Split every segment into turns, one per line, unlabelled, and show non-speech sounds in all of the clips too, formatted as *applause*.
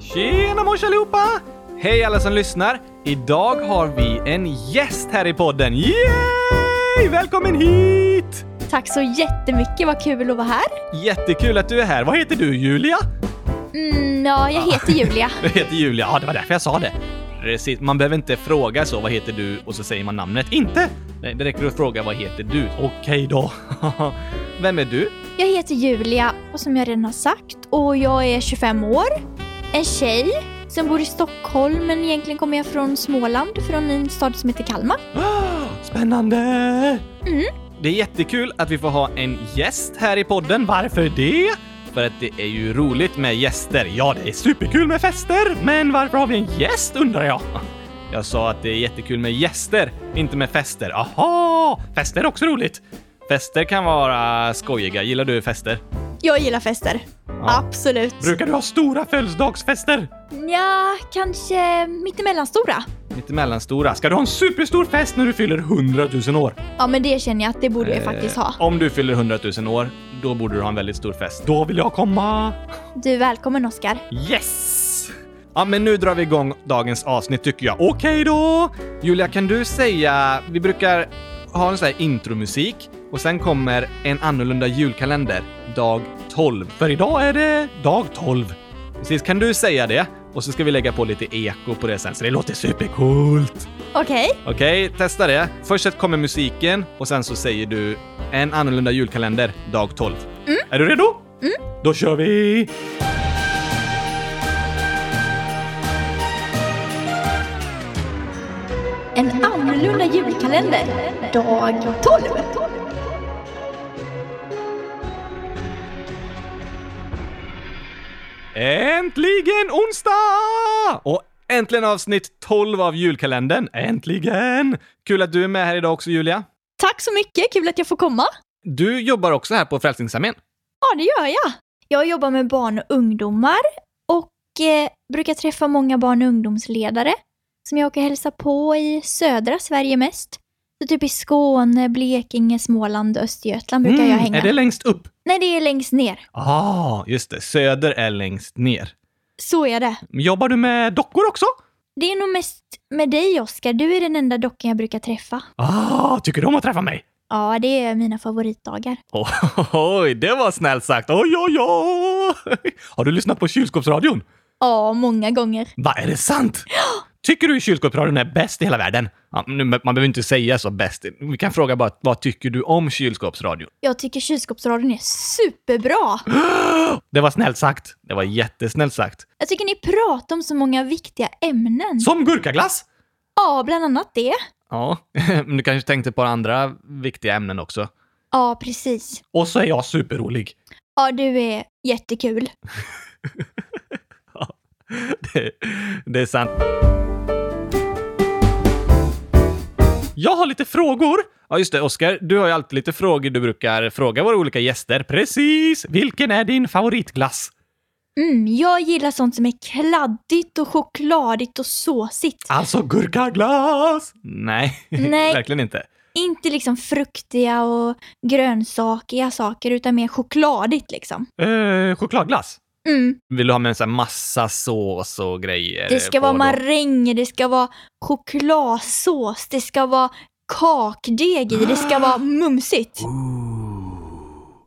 Tjena mors allihopa! Hej alla som lyssnar! Idag har vi en gäst här i podden. Yay! Välkommen hit!
Tack så jättemycket, vad kul att vara här.
Jättekul att du är här. Vad heter du Julia?
Mm, ja, jag heter Julia.
Du heter Julia. Ja, det var därför jag sa det. Precis. Man behöver inte fråga så, vad heter du? Och så säger man namnet. Inte! Nej, det räcker att fråga vad heter du? Okej då. *laughs* Vem är du?
Jag heter Julia och som jag redan har sagt och jag är 25 år. En tjej som bor i Stockholm men egentligen kommer jag från Småland, från en stad som heter Kalmar.
*gasps* Spännande! Det är jättekul att vi får ha en gäst här i podden. Varför det? För att det är ju roligt med gäster. Ja, det är superkul med fester, men varför har vi en gäst undrar jag? *laughs* Jag sa att det är jättekul med gäster, inte med fester. Aha! Fester är också roligt. Fester kan vara skojiga. Gillar du fester?
Jag gillar fester.
Ja.
Absolut.
Brukar du ha stora födelsedagsfester?
Ja, kanske mittemellan stora.
Lite mellanstora. Ska du ha en superstor fest när du fyller 100 000 år?
Ja, men det känner jag att det borde jag
Eh,
faktiskt ha.
Om du fyller 100 000 år, då borde du ha en väldigt stor fest. Då vill jag komma!
Du är välkommen Oskar.
Yes! Ja, men nu drar vi igång dagens avsnitt tycker jag. Okej då! Julia, kan du säga... Vi brukar ha en sån här intromusik och sen kommer en annorlunda julkalender, dag 12. För idag är det dag 12. Precis, kan du säga det? Och så ska vi lägga på lite eko på det sen, så det låter supercoolt!
Okej,
Okej, testa det. Först kommer musiken och sen så säger du en annorlunda julkalender, dag 12.
Mm.
Är du redo? Då kör vi!
en annorlunda julkalender. Dag 12.
Äntligen onsdag! Och äntligen avsnitt 12 av julkalendern. Äntligen! Kul att du är med här idag också, Julia.
Tack så mycket, kul att jag får komma.
Du jobbar också här på Frälsningsarmén.
Ja, det gör jag. Jag jobbar med barn och ungdomar och eh, brukar träffa många barn och ungdomsledare som jag åker hälsa på i södra Sverige mest. Så typ i Skåne, Blekinge, Småland och Östergötland brukar jag hänga.
Mm, är det längst upp?
Nej, det är längst ner.
Ah, just det. Söder är längst ner.
Så är det.
Jobbar du med dockor också?
Det är nog mest med dig, Oskar. Du är den enda dockan jag brukar träffa.
Ah, tycker du om att träffa mig?
Ja, det är mina favoritdagar.
Oj, det var snällt sagt. Oj, oj, oj! Har du lyssnat på kylskåpsradion?
Ja, många gånger.
Va, är det sant? Tycker du kylskåpsradion är bäst i hela världen? Ja, nu, man behöver inte säga så bäst. Vi kan fråga bara, vad tycker du om kylskåpsradion?
Jag tycker kylskåpsradion är superbra.
Det var snällt sagt. Det var jättesnällt sagt.
Jag tycker ni pratar om så många viktiga ämnen.
Som gurkaglass!
Ja, bland annat det.
Ja, *laughs* men du kanske tänkte på andra viktiga ämnen också.
Ja, precis.
Och så är jag superrolig.
Ja, du är jättekul.
*laughs* Det, det är sant. Jag har lite frågor. Ja, just det. Oskar, du har ju alltid lite frågor du brukar fråga våra olika gäster. Precis! Vilken är din favoritglass?
Mm, jag gillar sånt som är kladdigt och chokladigt och såsigt.
Alltså gurkaglass! Nej, *laughs*
Nej.
verkligen inte.
Inte liksom fruktiga och grönsakiga saker, utan mer chokladigt liksom.
Eh, chokladglass?
Mm.
Vill du ha med en sån här massa sås och grejer?
Det ska
på
vara
då?
maränger, det ska vara chokladsås, det ska vara kakdeg i, det ska vara mumsigt.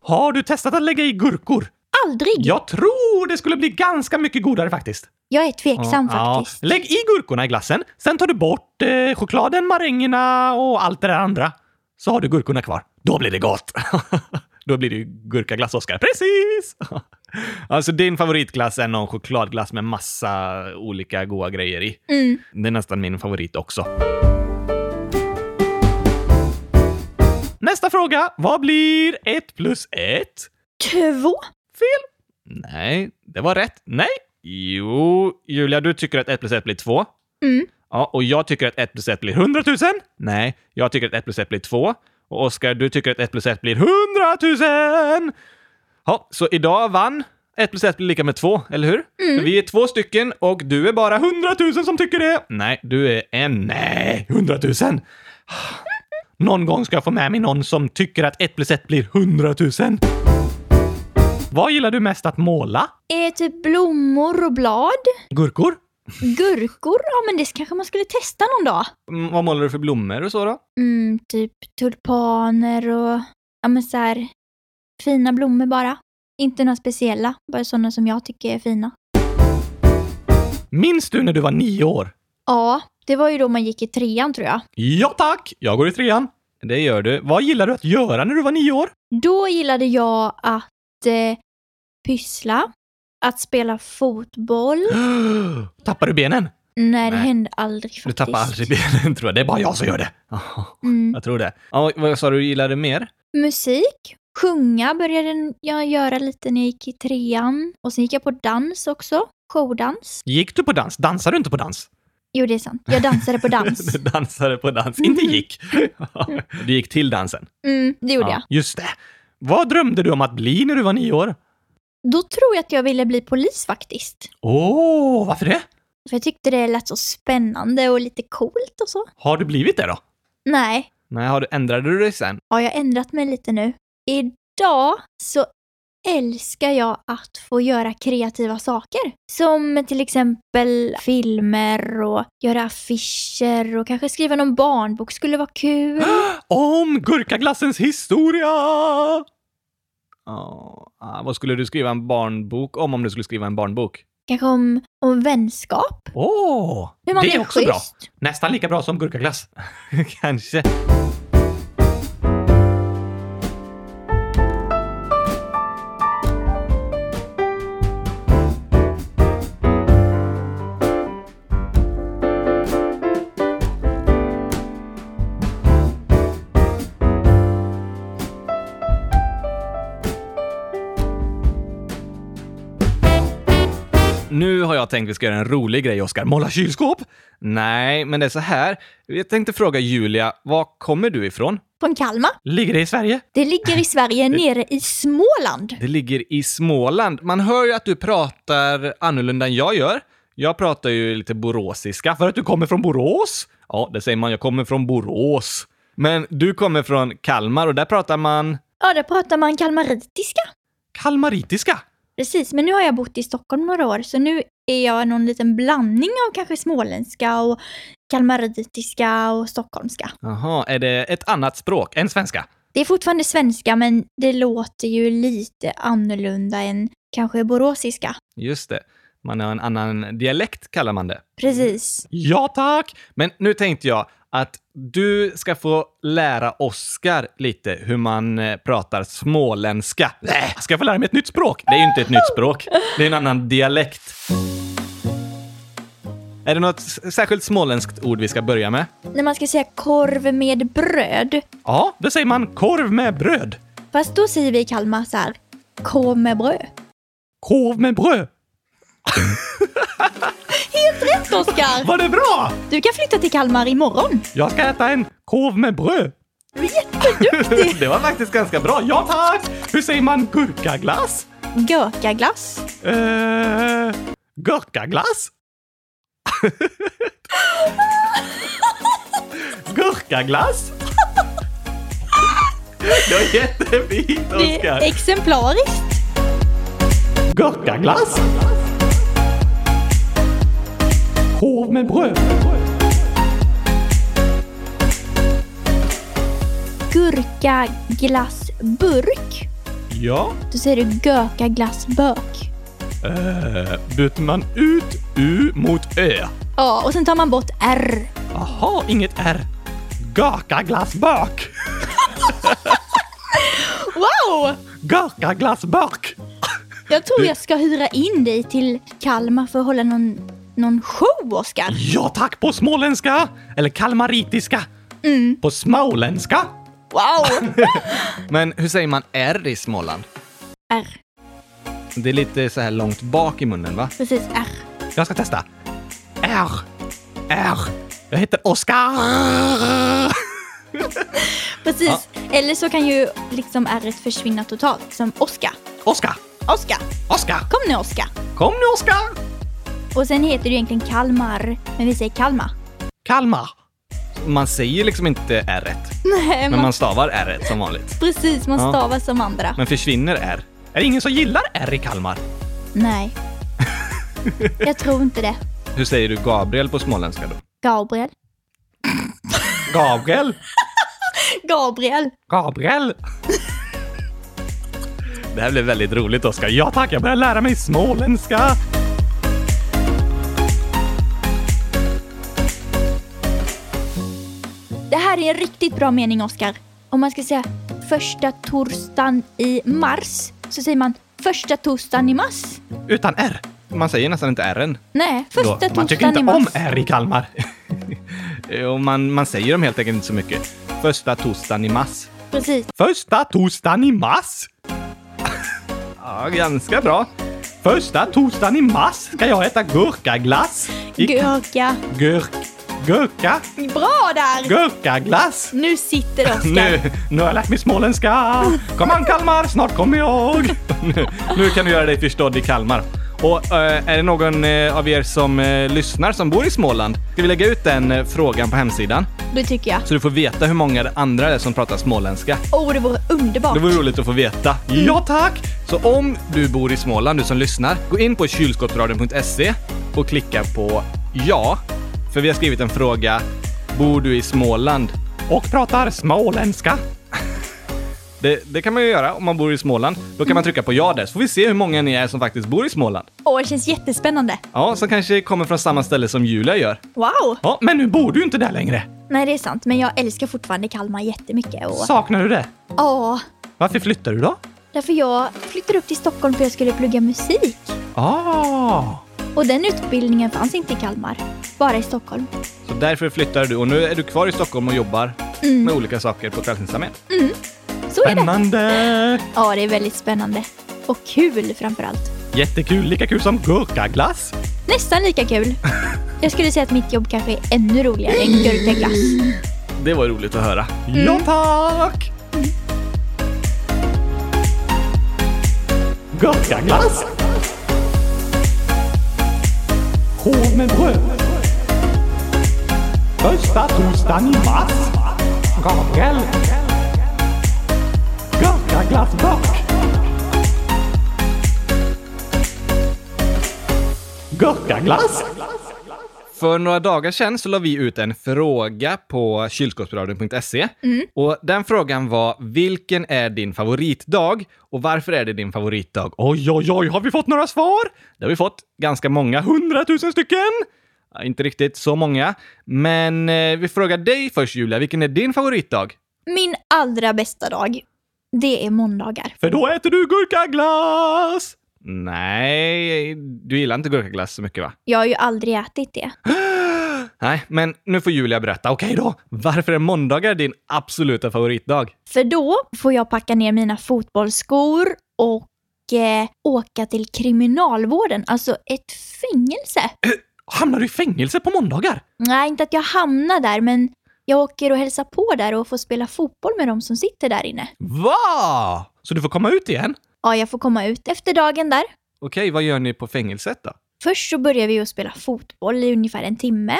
Har du testat att lägga i gurkor?
Aldrig!
Jag tror det skulle bli ganska mycket godare faktiskt.
Jag är tveksam
Ja,
faktiskt.
Lägg i gurkorna i glassen, sen tar du bort eh, chokladen, marängerna och allt det där andra. Så har du gurkorna kvar. Då blir det gott! *laughs* Då blir det ju gurkaglass, Oskar. Precis! *laughs* alltså, din favoritglass är någon chokladglass med massa olika goda grejer i.
Mm.
Det är nästan min favorit också. Nästa fråga. Vad blir ett plus ett?
Två?
Nej, det var rätt. Nej! Jo, Julia, du tycker att 1 plus 1 blir 2.
Mm.
Ja, och jag tycker att 1 plus 1 blir 100 000. Nej, jag tycker att 1 plus 1 blir 2. Och Oskar, du tycker att 1 plus 1 blir 100 000! Ja, så idag vann 1 plus 1 blir lika med 2, eller hur? För vi är två stycken och du är bara 100 000 som tycker det! Nej, du är en. Nej, Ah. 100 000! Någon gång ska jag få med mig någon som tycker att 1 plus 1 blir 100 000. Vad gillar du mest att måla?
Eh, typ blommor och blad.
Gurkor?
Gurkor, ja men det kanske man skulle testa någon dag.
Mm, vad målar du för blommor och så då?
Mm, typ tulpaner och ja men så här fina blommor bara. Inte några speciella, bara sådana som jag tycker är fina.
Minns du när du var nio år?
Ja, det var ju då man gick i trean tror jag.
Ja tack! Jag går i trean. Det gör du. Vad gillar du att göra när du var nio år?
Då gillade jag att eh, pyssla, att spela fotboll.
*gasps* Tappar du benen?
Nej, det
Nej.
hände aldrig faktiskt.
Du tappar aldrig benen tror jag. Det är bara jag som gör det. Ja,
Mm.
*laughs* Jag tror det. Ja, vad sa du du gillade mer?
Musik, sjunga började jag göra lite när jag gick i trean. Och sen gick jag på dans också, showdans.
Gick du på dans? Dansar du inte på dans?
Jo, det är sant. Jag
*laughs*
dansade på dans.
du dansade på *laughs* dans, inte gick. du gick till dansen.
Mm, det gjorde jag.
Ja, just det. Vad drömde du om att bli när du var nio år?
Då tror jag att jag ville bli polis faktiskt.
Åh, varför det?
För jag tyckte det lät så spännande och lite coolt och så.
Har du blivit det då?
Nej,
Nej, har du, ändrade du dig sen?
har jag ändrat mig lite nu. Idag så älskar jag att få göra kreativa saker. Som till exempel filmer och göra affischer och kanske skriva någon barnbok skulle vara
*gasps*
kul.
Om gurkaglassens historia! Ja, ah, vad skulle du skriva en barnbok om, om du skulle skriva en barnbok?
Kanske om, om vänskap.
Åh!
Hur man
det är också bra.
schysst.
Nästan lika bra som gurkaglass. *laughs* Kanske. Nu har jag tänkt vi ska göra en rolig grej, Oskar. Måla kylskåp? Nej, men det är så här. Jag tänkte fråga Julia, var kommer du ifrån?
Från Kalmar.
Ligger det i Sverige?
Det ligger
*laughs*
i Sverige nere i Småland.
Det ligger i Småland. Man hör ju att du pratar annorlunda än jag gör. Jag pratar ju lite boråsiska för att du kommer från Borås. Ja, det säger man. Jag kommer från Borås. Men du kommer från Kalmar och där pratar man
Ja, där pratar man kalmaritiska.
kalmaritiska.
Precis, men nu har jag bott i Stockholm några år så nu är jag någon liten blandning av kanske småländska och kalmaritiska och stockholmska.
Jaha, är det ett annat språk än svenska?
Det är fortfarande svenska men det låter ju lite annorlunda än kanske boråsiska.
Just det. Man har en annan dialekt kallar man det.
Precis.
Ja tack! Men nu tänkte jag att du ska få lära Oskar lite hur man eh, pratar småländska. Nej, ska jag få lära mig ett nytt språk? Det är ju inte ett nytt språk. Det är en annan dialekt. Är det något s- särskilt småländskt ord vi ska börja med?
När man ska säga korv med bröd,
Ja, då säger man korv med bröd.
fast då säger vi i Kalmar så här, korv med bröd.
Korv med bröd.
Helt rätt Oskar!
Var det bra?
Du kan flytta till Kalmar imorgon.
Jag ska äta en korv med bröd.
Du är
*laughs*
jätteduktig!
Det var faktiskt ganska bra. Ja tack! Hur säger man gurkaglass?
Gurkaglass.
Eh, gurkaglass? gurkaglass? Det var jättefint,
Det
Oskar!
är exemplariskt.
Gurkaglass? Korv med bröd?
gurkaglassburk.
Ja.
Då säger du gökaglassbök.
Eh, byter man ut U mot Ö?
Ja, och sen tar man bort R.
Aha, inget R. Gurkaglassbök!
Wow!
Gurkaglassbök!
Jag tror jag ska hyra in dig till Kalmar för att hålla någon, någon show, Oskar.
Ja tack, på småländska! Eller kalmaritiska.
Mm.
På småländska.
Wow!
Men hur säger man R i Småland?
*laughs* R.
Det är lite så här långt bak i munnen, va?
Precis, R.
Jag ska testa. R. R. Jag heter Oskar.
Precis. Eller så kan ju liksom R försvinna totalt, som Oskar.
Oskar.
Oskar!
Oskar.
Kom nu, Oskar!
Kom nu, Oskar.
Och sen heter du egentligen Kalmar, men vi säger Kalmar. *laughs*
Kalmar. Man säger liksom inte R,
Nej,
men
man,
man stavar R som vanligt.
precis. Man
Ja.
stavar som andra.
Men försvinner R. Är det ingen som gillar R i Kalmar?
Nej.
*laughs*
Jag tror inte det.
Hur säger du Gabriel på småländska då?
Gabriel.
Gabriel?
Gabriel!
Gabriel? Det här blev väldigt roligt Oskar. Ja tack, jag börjar lära mig småländska!
Det här är en riktigt bra mening, Oskar. Om man ska säga första torsdagen i mars så säger man första torsdagen i mars.
Utan R. Man säger nästan inte R än.
Nej, första
Då, man tycker
torsdagen
inte
i mars.
om R i *laughs* Kalmar. Och man, man säger dem helt enkelt inte så mycket. Första torsdagen i mars.
Precis.
Första torsdagen i mars! ja, ganska bra. Första torsdagen i mars ska jag äta gurkaglass. I
Gurka.
gurk... Gurka?
Bra där!
Gurkaglass!
Nu
*laughs*
sitter det,
Nu,
Oskar.
nu har jag lärt mig småländska! Kom an Kalmar, snart kommer jag! Nu, nu kan du göra dig förstådd i Kalmar. Och eh, är det någon eh, av er som eh, lyssnar som bor i Småland? Ska vi lägga ut den eh, frågan på hemsidan?
Det tycker jag.
Så du får veta hur många det andra är som pratar småländska.
Åh, det vore underbart.
Det vore roligt att få veta. Ja tack! Så om du bor i Småland, du som lyssnar, gå in på kylskåpsradion.se E och klicka på ja. För vi har skrivit en fråga. Bor du i Småland? Och pratar småländska? Det, det kan man ju göra om man bor i Småland. Då kan man trycka på ja där, så får vi se hur många ni är som faktiskt bor i Småland.
Åh, det känns jättespännande.
Ja, som kanske kommer från samma ställe som Julia gör.
Wow!
Ja, men nu bor du ju inte där längre.
Nej, det är sant. Men jag älskar fortfarande Kalmar jättemycket. Och...
Saknar du det?
Ja,
Varför flyttar du då?
därför jag flyttade upp till Stockholm för jag skulle plugga musik.
Ah!
Och den utbildningen fanns inte i Kalmar, bara i Stockholm.
Så därför flyttar du och nu är du kvar i Stockholm och jobbar
Mm.
med olika saker på Frälsningsarmén.
Så är det.
Spännande!
Ja, det är väldigt spännande. Och kul framför allt.
Jättekul, lika kul som gurkaglass.
Nästan lika kul. Jag skulle säga att mitt jobb kanske är ännu roligare än gurkaglass.
Det var roligt att höra. Ja tack! Gurkaglass! Hård med bröd. Första torsdagen i mars. Gabriel. Gurkaglassburk. Gurkaglass! För några dagar sedan så la vi ut en fråga på kylskåpsradion.se. Och den frågan var “Vilken är din favoritdag?” och “Varför är det din favoritdag?” Oj, oj, oj, har vi fått några svar? Det har vi fått. Ganska många. Hundratusen stycken! Ja, inte riktigt så många. Men eh, vi frågar dig först, Julia. Vilken är din favoritdag?
Min allra bästa dag, det är måndagar.
För då äter du gurkaglass! Nej, du gillar inte gurkaglass så mycket, va?
Jag har ju aldrig ätit det.
Nej, men nu får Julia berätta. Okej då. Varför är måndagar din absoluta favoritdag?
För då får jag packa ner mina fotbollsskor och eh, åka till kriminalvården, alltså ett fängelse.
Hamnar du i fängelse på måndagar?
Nej, inte att jag hamnar där, men jag åker och hälsar på där och får spela fotboll med de som sitter där inne.
Va? Så du får komma ut igen?
Ja, jag får komma ut efter dagen där.
Okej, vad gör ni på fängelset då?
Först så börjar vi att spela fotboll i ungefär en timme.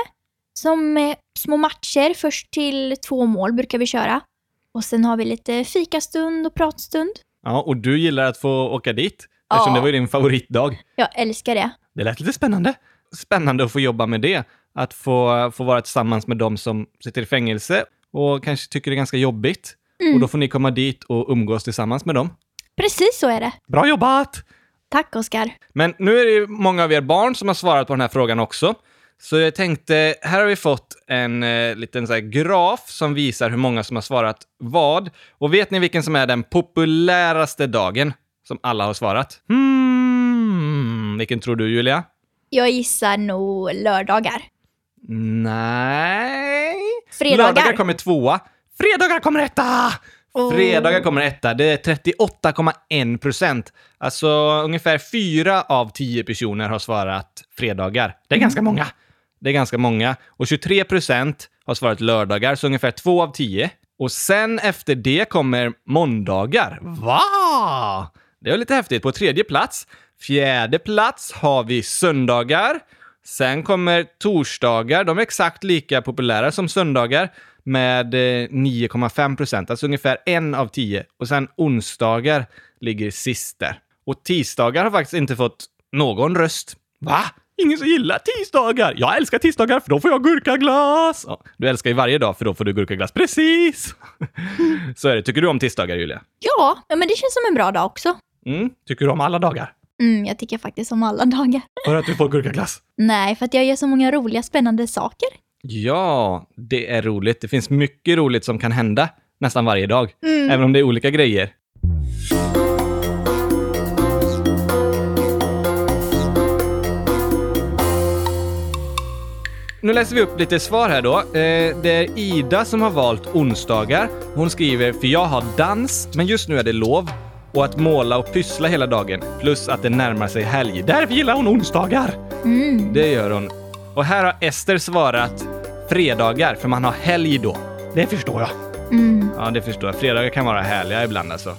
Som eh, små matcher, först till två mål brukar vi köra. Och sen har vi lite fikastund och pratstund.
Ja, och du gillar att få åka dit? Eftersom det
Ja.
var ju din favoritdag.
Jag älskar det.
Det lät lite spännande. Spännande att få jobba med det. Att få, få vara tillsammans med de som sitter i fängelse och kanske tycker det är ganska jobbigt.
Mm.
Och då får ni komma dit och umgås tillsammans med dem.
Precis så är det.
Bra jobbat!
Tack Oskar.
Men nu är det ju många av er barn som har svarat på den här frågan också. Så jag tänkte, här har vi fått en eh, liten så här graf som visar hur många som har svarat vad. Och vet ni vilken som är den populäraste dagen som alla har svarat? Hmm, vilken tror du Julia?
Jag gissar nog lördagar.
Nej.
Fredagar.
Lördagar kommer tvåa. Fredagar kommer etta!
Åh.
Fredagar kommer etta. Det är 38,1 procent. Alltså ungefär fyra av tio personer har svarat fredagar. Det är ganska många. Det är ganska många. Och 23 procent har svarat lördagar, så ungefär två av tio. Och sen efter det kommer måndagar. Va? Det är lite häftigt. På tredje plats. Fjärde plats har vi söndagar. Sen kommer torsdagar. De är exakt lika populära som söndagar med eh, 9,5 procent, alltså ungefär en av tio. Och sen onsdagar ligger sist där. Och tisdagar har faktiskt inte fått någon röst. Va? Ingen som gillar tisdagar? Jag älskar tisdagar för då får jag gurkaglass! Ja, du älskar ju varje dag för då får du gurkaglass. Precis! *laughs* Så är det. Tycker du om tisdagar, Julia?
Ja, ja, men det känns som en bra dag också.
Mm. Tycker du om alla dagar?
Mm, jag tycker faktiskt om alla *laughs* dagar.
För att du får gurkaglass?
Nej, för att jag gör så många roliga, spännande saker.
Ja, det är roligt. Det finns mycket roligt som kan hända nästan varje dag.
Mm.
Även om det är olika grejer. Nu läser vi upp lite svar här då. Eh, Det är Ida som har valt onsdagar. Hon skriver “För jag har dans, men just nu är det lov. Och att måla och pyssla hela dagen. Plus att det närmar sig helg. Därför gillar hon onsdagar!”
Mm.
Det gör hon. Och här har Ester svarat fredagar, för man har helg då. Det förstår jag.
Mm.
Ja, det förstår jag. Fredagar kan vara härliga ibland alltså.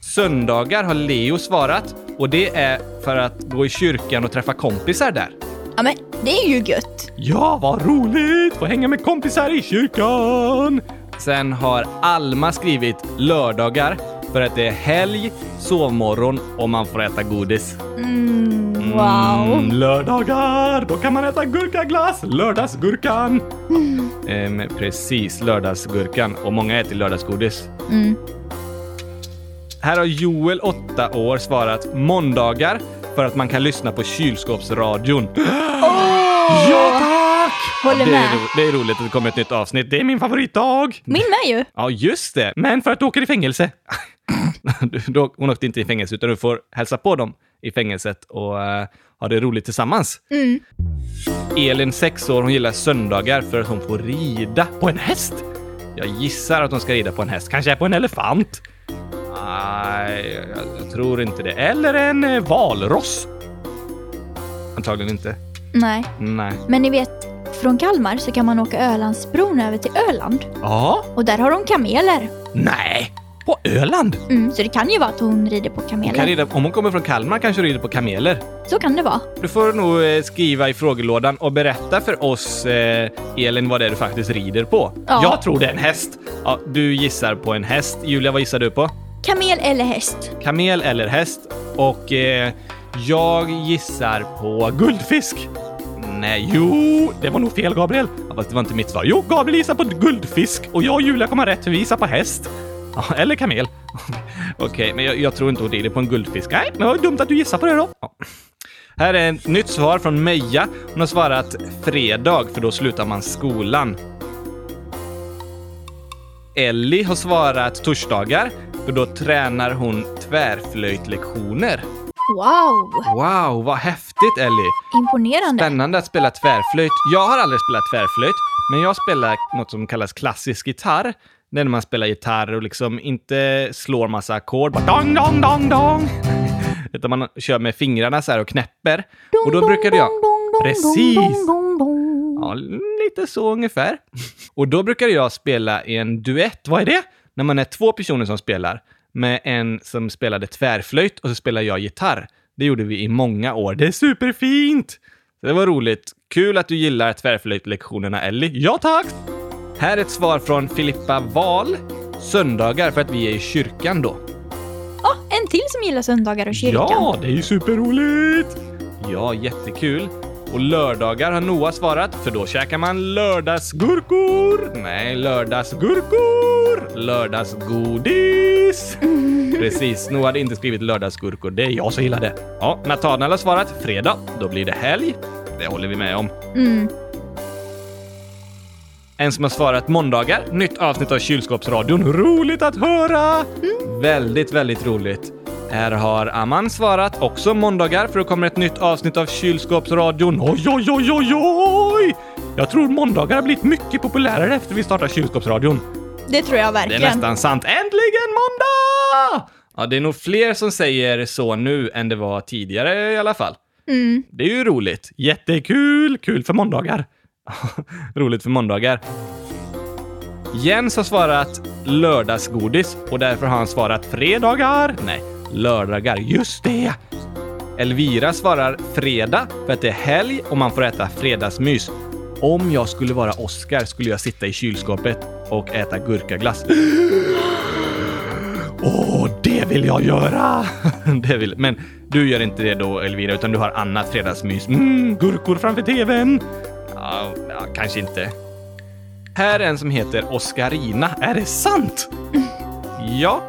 Söndagar har Leo svarat och det är för att gå i kyrkan och träffa kompisar där.
Ja, men det är ju gött.
Ja, vad roligt! Få hänga med kompisar i kyrkan! Sen har Alma skrivit lördagar för att det är helg, sovmorgon och man får äta godis.
Mm, wow.
Mm, lördagar, då kan man äta gurkaglass! Lördagsgurkan!
Mm.
Ehm, precis, lördagsgurkan. Och många äter lördagsgodis.
Mm.
Här har Joel, 8 år, svarat måndagar för att man kan lyssna på
*gasps*
kylskåpsradion.
Åh!
Ja, tack!
Håller
det, är
med.
ro- det är roligt att det kommer ett nytt avsnitt. Det är min favoritdag!
Min med ju.
Ja, just det. Men för att du åker i fängelse. Du- du, hon åkte inte i fängelse, utan du får hälsa på dem i fängelset och eh, ha det roligt tillsammans.
Mm.
Elin, 6 år, hon gillar söndagar för att hon får rida på en häst. Jag gissar att hon ska rida på en häst, kanske på en elefant. Nej, jag, jag tror inte det. Eller en eh, valross. Antagligen inte.
Nej,
Nej.
men ni vet, från Kalmar så kan man åka Ölandsbron över till Öland.
Ja?
Och där har de kameler.
Nej. På Öland?
Mm, så det kan ju vara att hon rider på
Hon
kameler.
kan rida, om hon kommer från Kalmar kanske hon rider på kameler.
Så kan det vara.
Du får nog eh, skriva i frågelådan och berätta för oss, eh, Elin, vad det är du faktiskt rider på.
Ja.
Jag tror det är en häst. Ja, du gissar på en häst. Julia, vad gissar du på?
Kamel eller häst?
Kamel eller häst? Och eh, jag gissar på guldfisk. Nej, jo, det var nog fel Gabriel. Ja, fast det var inte mitt svar. Jo, Gabriel gissar på guldfisk och jag och Julia kommer rätt för vi gissar på häst. Ja, eller kamel. *laughs* Okej, men jag, jag tror inte hon rider på en guldfisk. Nej, men vad dumt att du gissar på det då. Ja. Här är ett nytt svar från Meja. Hon har svarat fredag, för då slutar man skolan. Ellie har svarat torsdagar, för då tränar hon tvärflöjtlektioner.
Wow!
Wow, vad häftigt Ellie!
Imponerande.
Spännande att spela tvärflöjt. Jag har aldrig spelat tvärflöjt, men jag spelar något som kallas klassisk gitarr. Det är när man spelar gitarr och liksom inte slår massa ackord. Bara dong, dong, dong, dong. *laughs* Utan man kör med fingrarna så här och knäpper. Och då brukade jag... Precis. Ja, lite så ungefär. Och då brukade jag spela i en duett. Vad är det? När man är två personer som spelar. Med en som spelade tvärflöjt och så spelade jag gitarr. Det gjorde vi i många år. Det är superfint! Det var roligt. Kul att du gillar tvärflöjtlektionerna, Ellie. Ja, tack! Här är ett svar från Filippa Wahl. Söndagar för att vi är i kyrkan då.
Ja, en till som gillar söndagar och kyrkan.
Ja, det är ju superroligt! Ja, jättekul. Och lördagar har Noah svarat, för då käkar man lördagsgurkor. Nej, lördagsgurkor! Lördagsgodis! Precis, Noah hade inte skrivit lördagsgurkor. Det är jag som gillar det. Ja, Nathanael har svarat fredag. Då blir det helg. Det håller vi med om.
Mm.
En som har svarat måndagar, nytt avsnitt av Kylskåpsradion. Roligt att höra! Väldigt, väldigt roligt. Här har Aman svarat också måndagar för det kommer ett nytt avsnitt av Kylskåpsradion. Oj, oj, oj, oj, oj! Jag tror måndagar har blivit mycket populärare efter vi startade Kylskåpsradion.
Det tror jag
Det är
verkligen.
nästan sant. Äntligen måndag! Ja, det är nog fler som säger så nu än det var tidigare i alla fall.
Mm.
Det är ju roligt. Jättekul! Kul för måndagar. *laughs* roligt för måndagar. Jens har svarat lördagsgodis och därför har han svarat fredagar. Nej, lördagar. Just det! Elvira svarar fredag för att det är helg och man får äta fredagsmys. Om jag skulle vara Oscar skulle jag sitta i kylskåpet och äta gurkaglass. Åh, det vill jag göra. *laughs* det vill, men du gör inte det då Elvira, utan du har annat fredagsmys. Mm, gurkor framför TVn. Ja, ja, kanske inte. Här är en som heter Oscarina. Är det sant? Ja,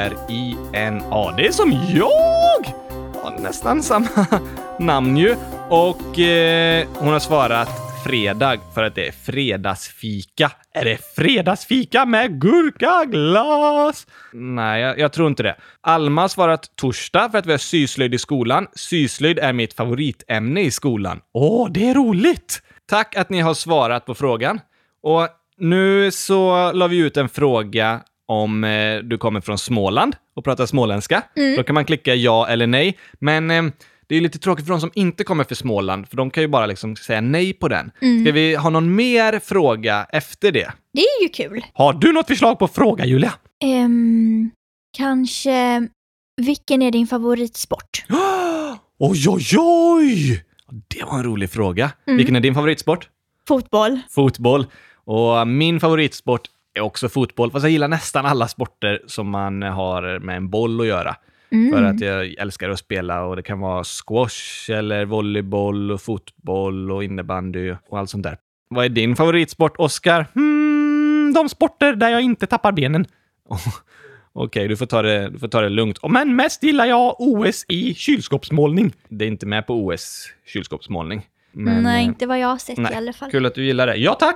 O-S-S-K-A-R-I-N-A. Det är som jag! Ja, nästan samma *laughs* namn ju. Och eh, hon har svarat fredag för att det är fredagsfika. Är det fredagsfika med gurkaglass? Nej, jag, jag tror inte det. Alma har svarat torsdag för att vi har syslöjd i skolan. Syslöjd är mitt favoritämne i skolan. Åh, det är roligt! Tack att ni har svarat på frågan. Och nu så la vi ut en fråga om eh, du kommer från Småland och pratar småländska. Då kan man klicka ja eller nej. Men eh, det är lite tråkigt för de som inte kommer för Småland, för de kan ju bara liksom säga nej på den. Ska vi ha någon mer fråga efter det?
Det är ju kul.
Har du något förslag på fråga, Julia? *gasps*
Ehm, kanske, vilken är din favoritsport?
Oj, oj, oj! Det var en rolig fråga.
Mm.
Vilken är din favoritsport?
Fotboll.
fotboll. Och min favoritsport är också fotboll, fast jag gillar nästan alla sporter som man har med en boll att göra.
Mm.
För att jag älskar att spela och det kan vara squash eller volleyboll och fotboll och innebandy och allt sånt där. Vad är din favoritsport, Oskar? Hmm, de sporter där jag inte tappar benen. *laughs* Okej, du, får ta det- du får ta det lugnt. Och Men mest gillar jag OS i kylskåpsmålning. Det är inte med på OS kylskåpsmålning. Men,
Nej,
eh,
inte vad jag har sett
Nej,
i alla fall.
Kul att du gillar det. Ja, tack!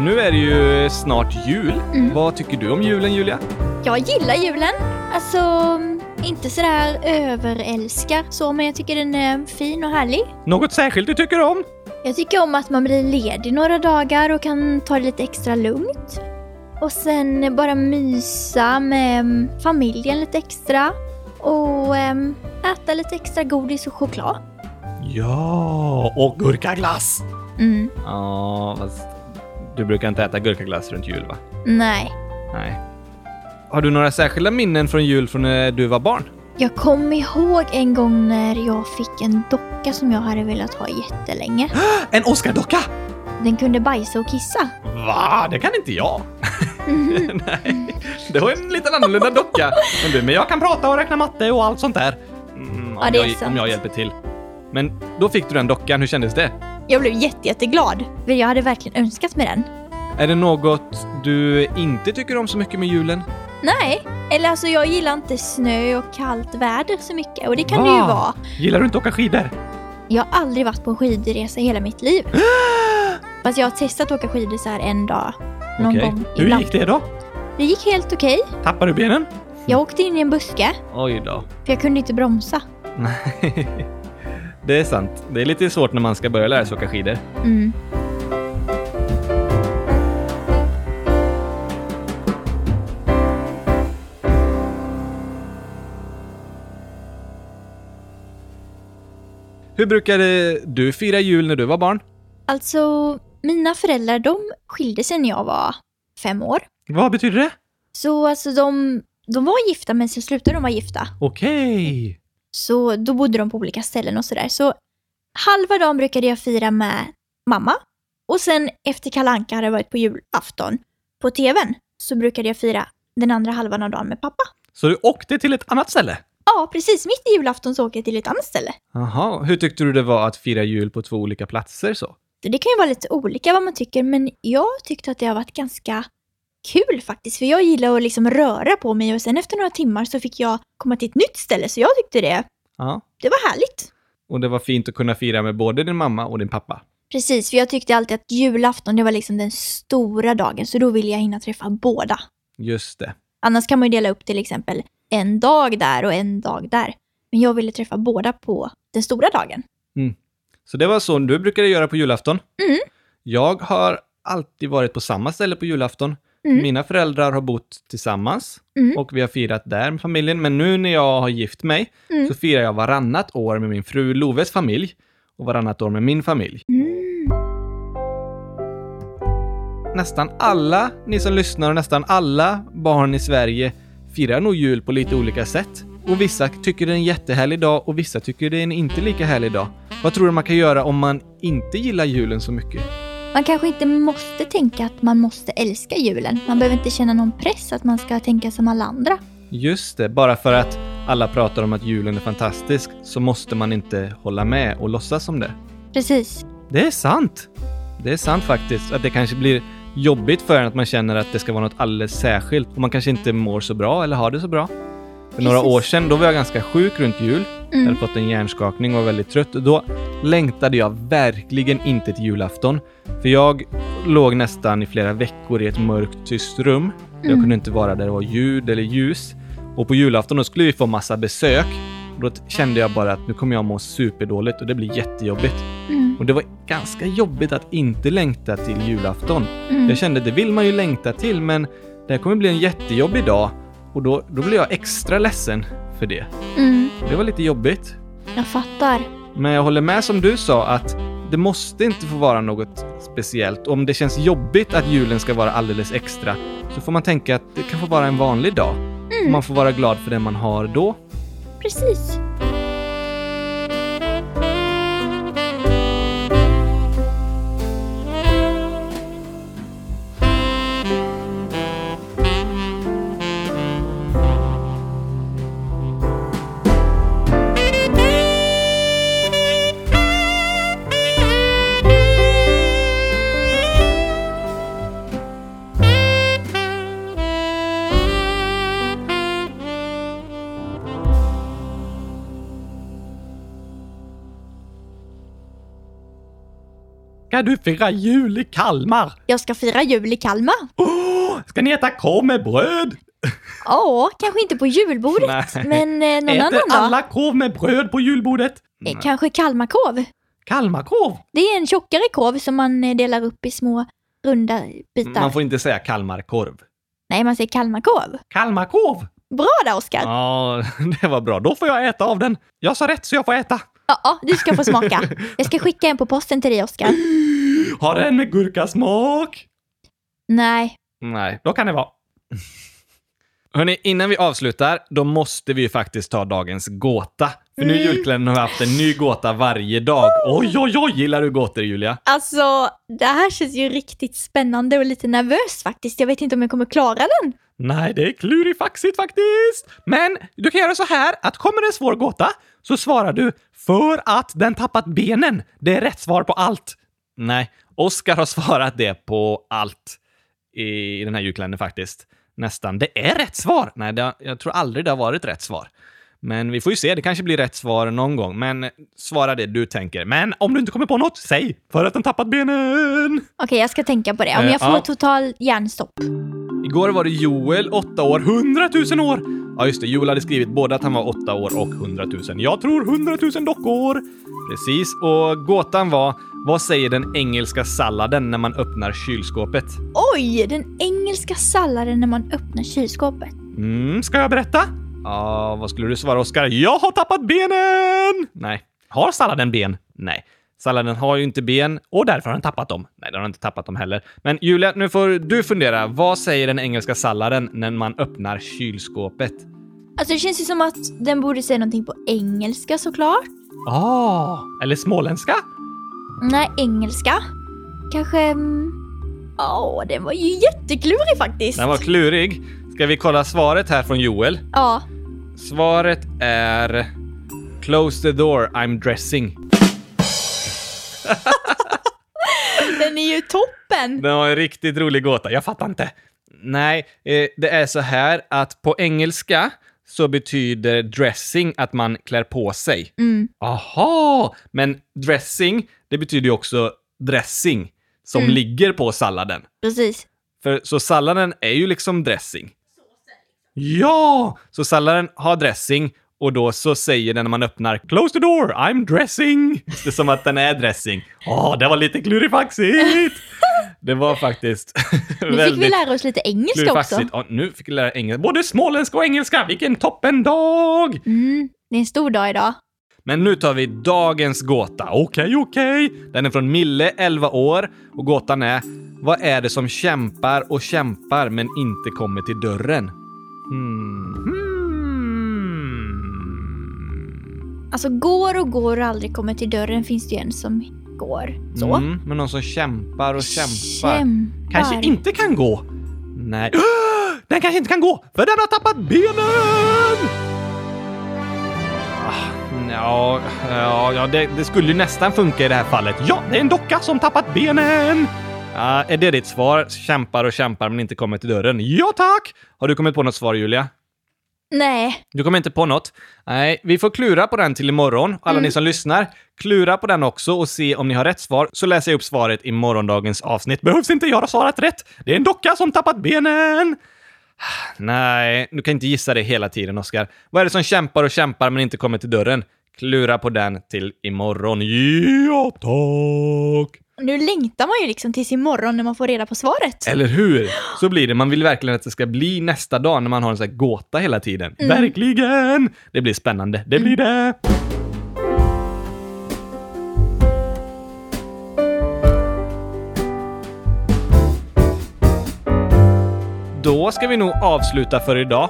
Nu är det ju snart jul.
Mm.
Vad tycker du om julen, Julia?
Jag gillar julen. Alltså, inte sådär överälskar så, men jag tycker den är fin och härlig.
Något särskilt du tycker om?
Jag tycker om att man blir ledig några dagar och kan ta det lite extra lugnt. Och sen bara mysa med mm, familjen lite extra. Och ehm, äta lite extra godis och choklad.
Ja, och gurkaglass!
Mm.
Ja, fast du brukar inte äta gurkaglass runt jul, va?
Nej.
Nej. Har du några särskilda minnen från jul från när du var barn?
Jag kom ihåg en gång när jag fick en docka som jag hade velat ha jättelänge.
En Oscar-docka!
Den kunde bajsa och kissa.
Va? Det kan inte jag.
Mm.
*laughs* Nej, det var en liten annorlunda docka. Men, du, men jag kan prata och räkna matte och allt sånt där. Mm, om,
Ja, det är
jag,
sant.
om jag hjälper till. Men då fick du den dockan. Hur kändes det?
Jag blev jätte, jätteglad, för jag hade verkligen önskat mig den.
Är det något du inte tycker om så mycket med julen?
Nej, eller alltså jag gillar inte snö och kallt väder så mycket och det kan det ju
Va?
vara.
Gillar du inte att åka skidor?
Jag har aldrig varit på en skidresa i hela mitt *gasps* liv. Fast jag har testat att åka skidor så här en dag. Någon
Okej.
gång
Hur
ibland.
gick det då?
Det gick helt okej.
Tappade du benen?
Jag åkte in i en buske,
Oj då.
för jag kunde inte bromsa.
det är sant. Det är lite svårt när man ska börja lära sig åka skidor.
Mm.
Hur brukade du fira jul när du var barn?
Alltså, mina föräldrar de skilde sig när jag var fem år.
Vad betyder det?
Så alltså de, de var gifta men sen slutade de vara gifta.
Okej.
Så då bodde de på olika ställen och sådär. Så halva dagen brukade jag fira med mamma. Och sen efter Kalle Anka hade jag varit på julafton på tvn så brukade jag fira den andra halvan av dagen med pappa.
Så du åkte till ett annat ställe?
Ja, precis. Mitt i julafton så åker jag till ett annat ställe.
Jaha, hur tyckte du det var att fira jul på två olika platser så?
Så det kan ju vara lite olika vad man tycker, men jag tyckte att det har varit ganska kul faktiskt. För jag gillar att liksom röra på mig och sen efter några timmar så fick jag komma till ett nytt ställe. Så jag tyckte det,
Ja.
det var härligt.
Och det var fint att kunna fira med både din mamma och din pappa.
Precis, för jag tyckte alltid att julafton det var liksom den stora dagen, så då ville jag hinna träffa båda.
Just det.
Annars kan man ju dela upp till exempel en dag där och en dag där. Men jag ville träffa båda på den stora dagen.
Så det var så du brukade göra på julafton.
Mm.
Jag har alltid varit på samma ställe på julafton.
Mm.
Mina föräldrar har bott tillsammans
Mm.
och vi har firat där med familjen. Men nu när jag har gift mig
Mm.
så firar jag varannat år med min fru Loves familj och varannat år med min familj.
Mm.
Nästan alla ni som lyssnar och nästan alla barn i Sverige firar nog jul på lite olika sätt. Och vissa tycker det är en jättehärlig dag och vissa tycker det är en inte lika härlig dag. Vad tror du man kan göra om man inte gillar julen så mycket?
Man kanske inte måste tänka att man måste älska julen. Man behöver inte känna någon press att man ska tänka som alla andra.
Just det, bara för att alla pratar om att julen är fantastisk så måste man inte hålla med och låtsas som det.
Precis.
Det är sant! Det är sant faktiskt, att det kanske blir jobbigt för en att man känner att det ska vara något alldeles särskilt och man kanske inte mår så bra eller har det så bra. För några
Precis.
år sedan, då var jag ganska sjuk runt jul. Jag
Mm.
hade fått en hjärnskakning och var väldigt trött. Och då längtade jag verkligen inte till julafton. För jag låg nästan i flera veckor i ett mörkt, tyst rum. Jag
Mm.
kunde inte vara där det var ljud eller ljus. Och på julafton då skulle vi få massa besök. Och då t- kände jag bara att nu kommer jag må superdåligt och det blir jättejobbigt.
Mm.
Och det var ganska jobbigt att inte längta till julafton.
Mm.
Jag kände det vill man ju längta till men det här kommer bli en jättejobbig dag. Och då, då blev jag extra ledsen för det.
Mm.
Det var lite jobbigt.
Jag fattar.
Men jag håller med som du sa att det måste inte få vara något speciellt. Om det känns jobbigt att julen ska vara alldeles extra så får man tänka att det kan få vara en vanlig dag.
Mm.
Man får vara glad för det man har då.
Precis.
Ska du fira jul i Kalmar?
Jag ska fira jul i Kalmar.
Ska ni äta korv med bröd?
Ja, kanske inte på julbordet,
*laughs* Nej.
men eh, någon annan dag.
korv med bröd på julbordet?
Eh, Kanske Kalmarkorv.
Kalmarkorv?
Det är en tjockare korv som man eh, delar upp i små runda bitar.
Man får inte säga Kalmarkorv.
Nej, man säger Kalmarkorv.
Kalmarkorv?
Bra där, Oskar! Ja.
Ja, *laughs* det var bra. Då får jag äta av den. Jag sa rätt så jag får äta.
ja, du ska
*laughs*
få smaka. Jag ska skicka en på posten till dig, Oskar.
Har den med gurkasmak?
Nej.
Nej, då kan det vara. *laughs* Hörni, innan vi avslutar, då måste vi ju faktiskt ta dagens gåta. För nu i
Mm.
julkalendern har vi haft en ny gåta varje dag. Oj, oj, oj, gillar du gåtor Julia?
Alltså, det här känns ju riktigt spännande och lite nervöst faktiskt. Jag vet inte om jag kommer klara den.
Nej, det är klurifaxigt faktiskt. Men du kan göra så här att kommer det en svår gåta så svarar du för att den tappat benen. Det är rätt svar på allt. Nej, Oskar har svarat det på allt i den här julkalendern faktiskt. Nästan. Det är rätt svar. Nej, det, har- jag tror aldrig det har varit rätt svar. Men vi får ju se, det kanske blir rätt svar någon gång. Men svara det du tänker. Men om du inte kommer på något, säg för att den tappat benen.
Okej, jag ska tänka på det. Om
Eh,
jag får
ja.
total hjärnstopp.
Igår var det Joel, 8 år, 100 000 år! Ja, just det. Joel hade skrivit både att han var 8 år och 100 000. Jag tror 100 000 dockor! Precis, och gåtan var vad säger den engelska salladen när man öppnar kylskåpet?
Oj, den engelska salladen när man öppnar kylskåpet.
Mm, ska jag berätta? Ja, vad skulle du svara Oskar? Jag har tappat benen! Nej. Har salladen ben? Nej. Salladen har ju inte ben och därför har den tappat dem. Nej, den har inte tappat dem heller. Men Julia, nu får du fundera. Vad säger den engelska salladen när man öppnar kylskåpet?
Alltså det känns ju som att den borde säga någonting på engelska såklart.
Ah, eller småländska?
Nej, engelska. Kanske... mm, Ja, den var ju jätteklurig faktiskt.
Den var klurig. Ska vi kolla svaret här från Joel?
Ja,
Svaret är... Close the door, I'm dressing.
den är ju toppen.
Den var en riktigt rolig gåta, jag fattar inte. Nej, eh, det är så här att på engelska så betyder dressing att man klär på sig.
Mm.
Aha! Men dressing, det betyder ju också dressing som
Mm.
ligger på salladen.
Precis.
För, så salladen är ju liksom dressing. Ja! Så salladen har dressing Och då så säger den när man öppnar “Close the door, I'm dressing”. Det är som att den är dressing. Åh, det var lite klurifaxigt! Det var faktiskt
Nu fick *laughs* vi lära oss lite engelska också.
klurifaxigt. Ja, nu fick vi lära engelska. Både småländska och engelska. Vilken toppen dag!
Mm, det är en stor dag idag.
Men nu tar vi dagens gåta. Okej, okej. Den är från Mille, 11 år. Och gåtan är Vad är det som kämpar och kämpar men inte kommer till dörren? Hmm. Hmm.
Alltså går och går och aldrig kommer till dörren finns det ju en som går. Så.
Mm, men någon som kämpar och kämpar.
Kämpar.
Kanske inte kan gå. Nej. *gasps* Den kanske inte kan gå, för den har tappat benen! Ah, Ja, ja, ja det, det skulle ju nästan funka i det här fallet. Ja, det är en docka som tappat benen! Ja, är det ditt svar? Kämpar och kämpar men inte kommer till dörren. Ja, tack! Har du kommit på något svar, Julia?
Nej,
Du kommer inte på något? Nej, vi får klura på den till imorgon. Alla ni som lyssnar, klura på den också och se om ni har rätt svar, så läser jag upp svaret i morgondagens avsnitt. Behövs inte, jag har svarat rätt! Det är en docka som tappat benen! *sighs* Nej, du kan inte gissa det hela tiden, Oskar. Vad är det som kämpar och kämpar men inte kommer till dörren? Klura på den till imorgon. Ja, tack!
nu längtar man ju liksom tills imorgon när man får reda på svaret.
Eller hur? Så blir det. Man vill verkligen att det ska bli nästa dag när man har en sån här gåta hela tiden. Verkligen! Det blir spännande. Det blir det! Då ska vi nog avsluta för idag.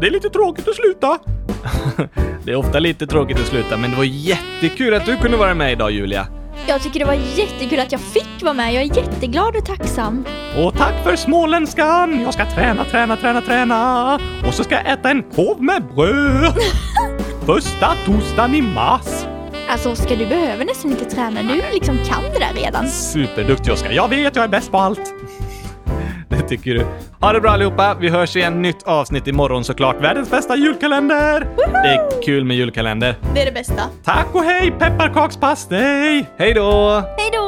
Det är lite tråkigt att sluta. *laughs* Det är ofta lite tråkigt att sluta, men det var jättekul att du kunde vara med idag, Julia.
Jag tycker det var jättekul att jag fick vara med. Jag är jätteglad och tacksam.
Och tack för småländskan! Jag ska träna, träna, träna, träna! Och så ska jag äta en korv med bröd! Första torsdagen i mars!
Alltså Oskar, du behöver nästan inte träna. Du liksom kan det där redan.
Superduktig Oskar! Jag vet, jag är bäst på allt! Det tycker du. Ha det bra allihopa! Vi hörs i en nytt avsnitt imorgon såklart. Världens bästa julkalender! Det är kul med julkalender.
Det är det bästa.
Tack och hej pepparkakspastej! Hej då!
Hej då!